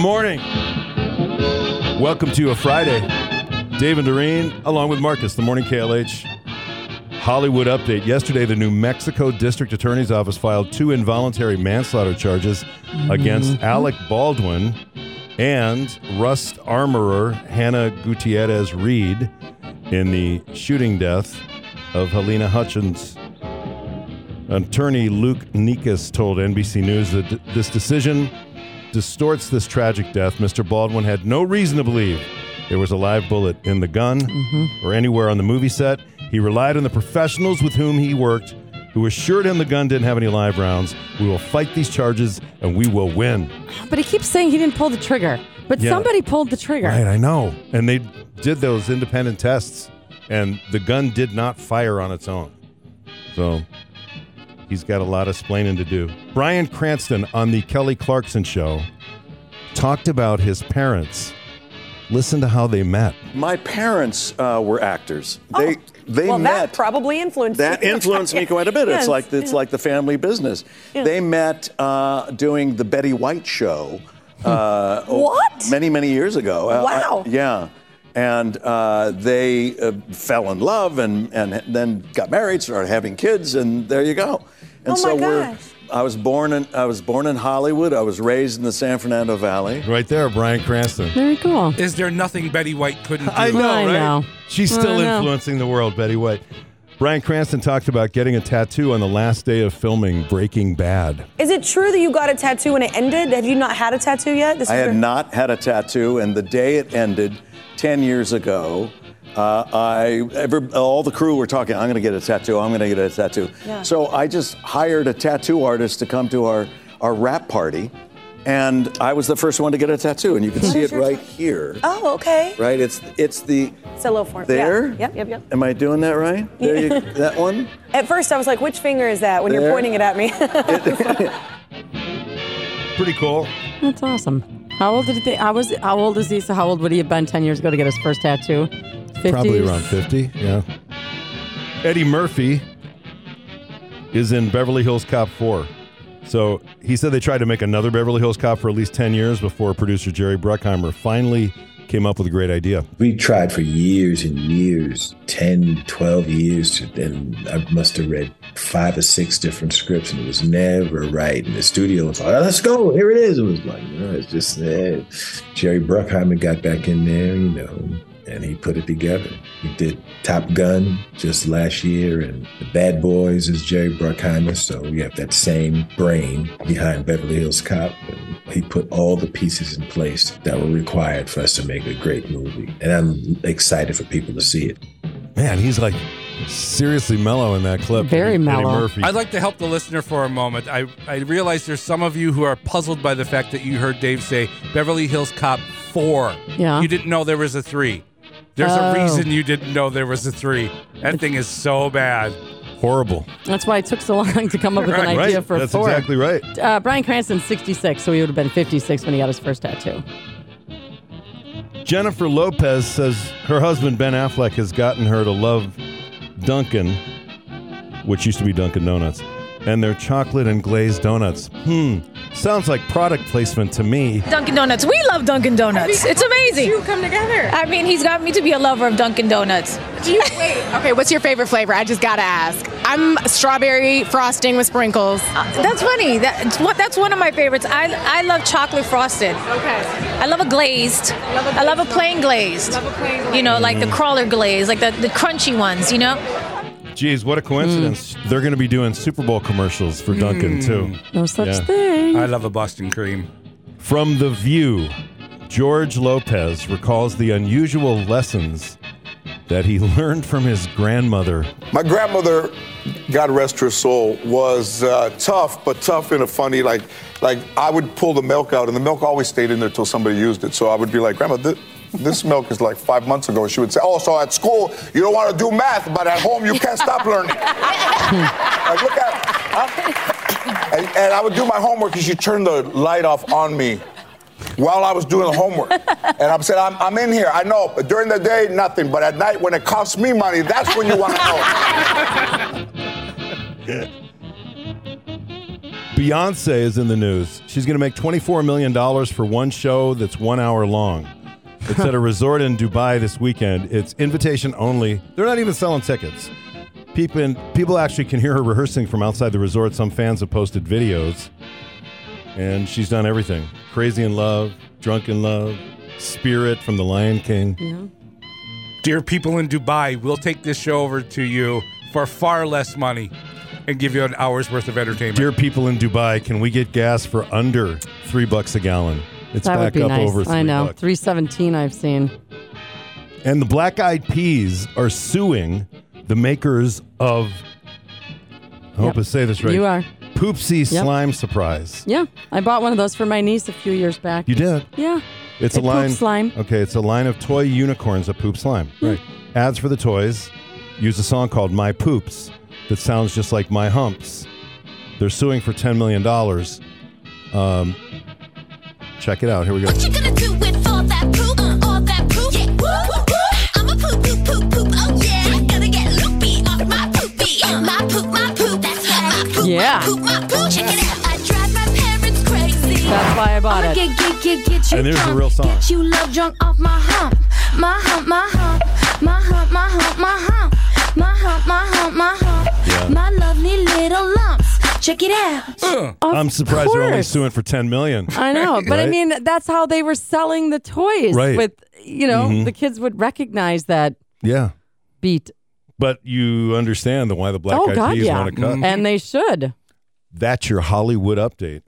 morning. Welcome to a Friday. Dave and Doreen, along with Marcus, the morning KLH Hollywood update. Yesterday, the New Mexico District Attorney's Office filed two involuntary manslaughter charges against Alec Baldwin and Rust armorer Hannah Gutierrez Reed in the shooting death of Helena Hutchins. Attorney Luke Nikas told NBC News that th- this decision distorts this tragic death. Mr. Baldwin had no reason to believe there was a live bullet in the gun or anywhere on the movie set. He relied on the professionals with whom he worked, who assured him the gun didn't have any live rounds. We will fight these charges and we will win. But he keeps saying he didn't pull the trigger. But Yeah. somebody pulled the trigger. Right, I know. And they did those independent tests, and the gun did not fire on its own. So he's got a lot of splaining to do. Brian Cranston on the Kelly Clarkson show talked about his parents. Listen to how they met. My parents uh, were actors. They they Oh, well, met. that probably influenced that you. influenced me quite a bit. Yes, It's like it's yeah. like the family business. They met uh, doing the Betty White show. Uh, oh, Hmm. What? Many many years ago. Uh, I- Wow. yeah, and uh, they uh, fell in love and and then got married, started having kids, and there you go. And Oh, so my we're. gosh. I was born in I was born in Hollywood. I was raised in the San Fernando Valley. Right there, Brian Cranston. Very cool. Is there nothing Betty White couldn't do? I know, I right? know. She's I still know. influencing the world, Betty White. Brian Cranston talked about getting a tattoo on the last day of filming Breaking Bad. Is it true that you got a tattoo and it ended? Have you not had a tattoo yet? This I is had your- not had a tattoo, and the day it ended, 10 years ago, uh, I ever, all the crew were talking. I'm going to get a tattoo. I'm going to get a tattoo. Yeah. So I just hired a tattoo artist to come to our our rap party, and I was the first one to get a tattoo, and you can see it your right here. Oh, okay. Right? It's it's the It's a little form. Yeah. there. Yep, yep, yep. Am I doing that right? There you, that one. At first, I was like, which finger is that when you're There. pointing it at me? Pretty cool. That's awesome. How old did he think? I was. How old is he? So how old would he have been ten years ago to get his first tattoo? 50s? Probably around 50, yeah. Eddie Murphy is in Beverly Hills Cop 4. So he said they tried to make another Beverly Hills Cop for at least 10 years before producer Jerry Bruckheimer finally came up with a great idea. we tried for years and years 10 12 years and i must have read five or six different scripts and it was never right and the studio was like "Oh, let's go here it is it was like no it's just eh. jerry bruckheimer got back in there you know and he put it together he did top gun just last year and the bad boys is jerry bruckheimer so we have that same brain behind beverly hills cop and he put all the pieces in place that were required for us to make a great movie. And I'm excited for people to see it. Man, he's like seriously mellow in that clip. Very mellow. Eddie Murphy. I'd like to help the listener for a moment. I, I realize there's some of you who are puzzled by the fact that you heard Dave say Beverly Hills Cop 4. Yeah. You didn't know there was a 3. There's Oh. a reason you didn't know there was a 3. That thing is so bad. Horrible. That's why it took so long to come up with an Right, idea right? for That's four. exactly right. uh, Brian Cranston's 66, so he would have been 56 when he got his first tattoo. Jennifer Lopez says her husband Ben Affleck has gotten her to love Dunkin', which used to be Dunkin' Donuts, and their chocolate and glazed donuts. Hmm, sounds like product placement to me. Dunkin' Donuts. We love Dunkin' Donuts. It's amazing. come together. I mean, he's got me to be a lover of Dunkin' Donuts. Do you, wait, okay, what's your favorite flavor? I just gotta ask. I'm strawberry frosting with sprinkles. Uh, That's funny. That's what. That's one of my favorites. I I love chocolate frosted. Okay. I love a glazed. love a I love a plain glazed. Love a plain You know, like the crawler glaze, like the, the crunchy ones. You know. Geez, what a coincidence. They're going to be doing Super Bowl commercials for Dunkin', too. No such Yeah. thing. I love a Boston cream. From The View, George Lopez recalls the unusual lessons that he learned from his grandmother. My grandmother, God rest her soul, was uh, tough, but tough in a funny like. Like I would pull the milk out, and the milk always stayed in there till somebody used it. So I would be like, Grandma, th- this milk is like five months ago. She would say, Oh, so at school you don't want to do math, but at home you can't stop learning. like look at, huh? and, and I would do my homework, and she turned the light off on me while I was doing the homework. And I'm saying, I'm, I'm in here. I know, but during the day, nothing. But at night, when it costs me money, that's when you want to know. Beyonce is in the news. She's going to make $24 million for one show that's one hour long. It's at a resort in Dubai this weekend. It's invitation only. They're not even selling tickets. People, people actually can hear her rehearsing from outside the resort. Some fans have posted videos. And she's done everything Crazy in Love, Drunk in Love, Spirit from The Lion King. Dear people in Dubai, we'll take this show over to you for far less money and give you an hour's worth of entertainment. Dear people in Dubai, can we get gas for under three bucks a gallon? It's that back would be up nice. over three I know. bucks. 317 I've seen. And the Black Eyed Peas are suing the makers of. I hope I say this right. You are. Poopsie Yep. Slime Surprise. Yeah. I bought one of those for my niece a few years back. You did. yeah. It's They a line. poop slime. Hmm. Okay, it's a line of toy unicorns that poop slime. Right. Ads for the toys use a song called "My Poops" that sounds just like "My Humps." They're suing for ten million dollars. Um, check it out. Here we go. What you gonna do with all that poop? Uh, all that poop? Yeah. Woo, woo, woo. I'm a poop, poop, poop, poop. Oh yeah. I'm gonna get loopy off my poopy. Uh, my poop, my poop. That's right. My poop, Yeah. my poop, my poop. Check it out. I drive my parents crazy. That's why I bought I'ma it. Get, get, get, get you And there's the drunk. real song. Get you love drunk off my hump. My hump, my hump. My hump, my hump, my hump. My hump, my hump, my hump. Yeah. My lovely little lumps. Check it out. I'm surprised they're only course. suing for ten million. I know, but I Right? mean, that's how they were selling the toys. Right. Mm-hmm. With you know, the kids would recognize that yeah. beat. But you understand the why the black oh eyed God, peas yeah, want to cut. and they should. That's your Hollywood update.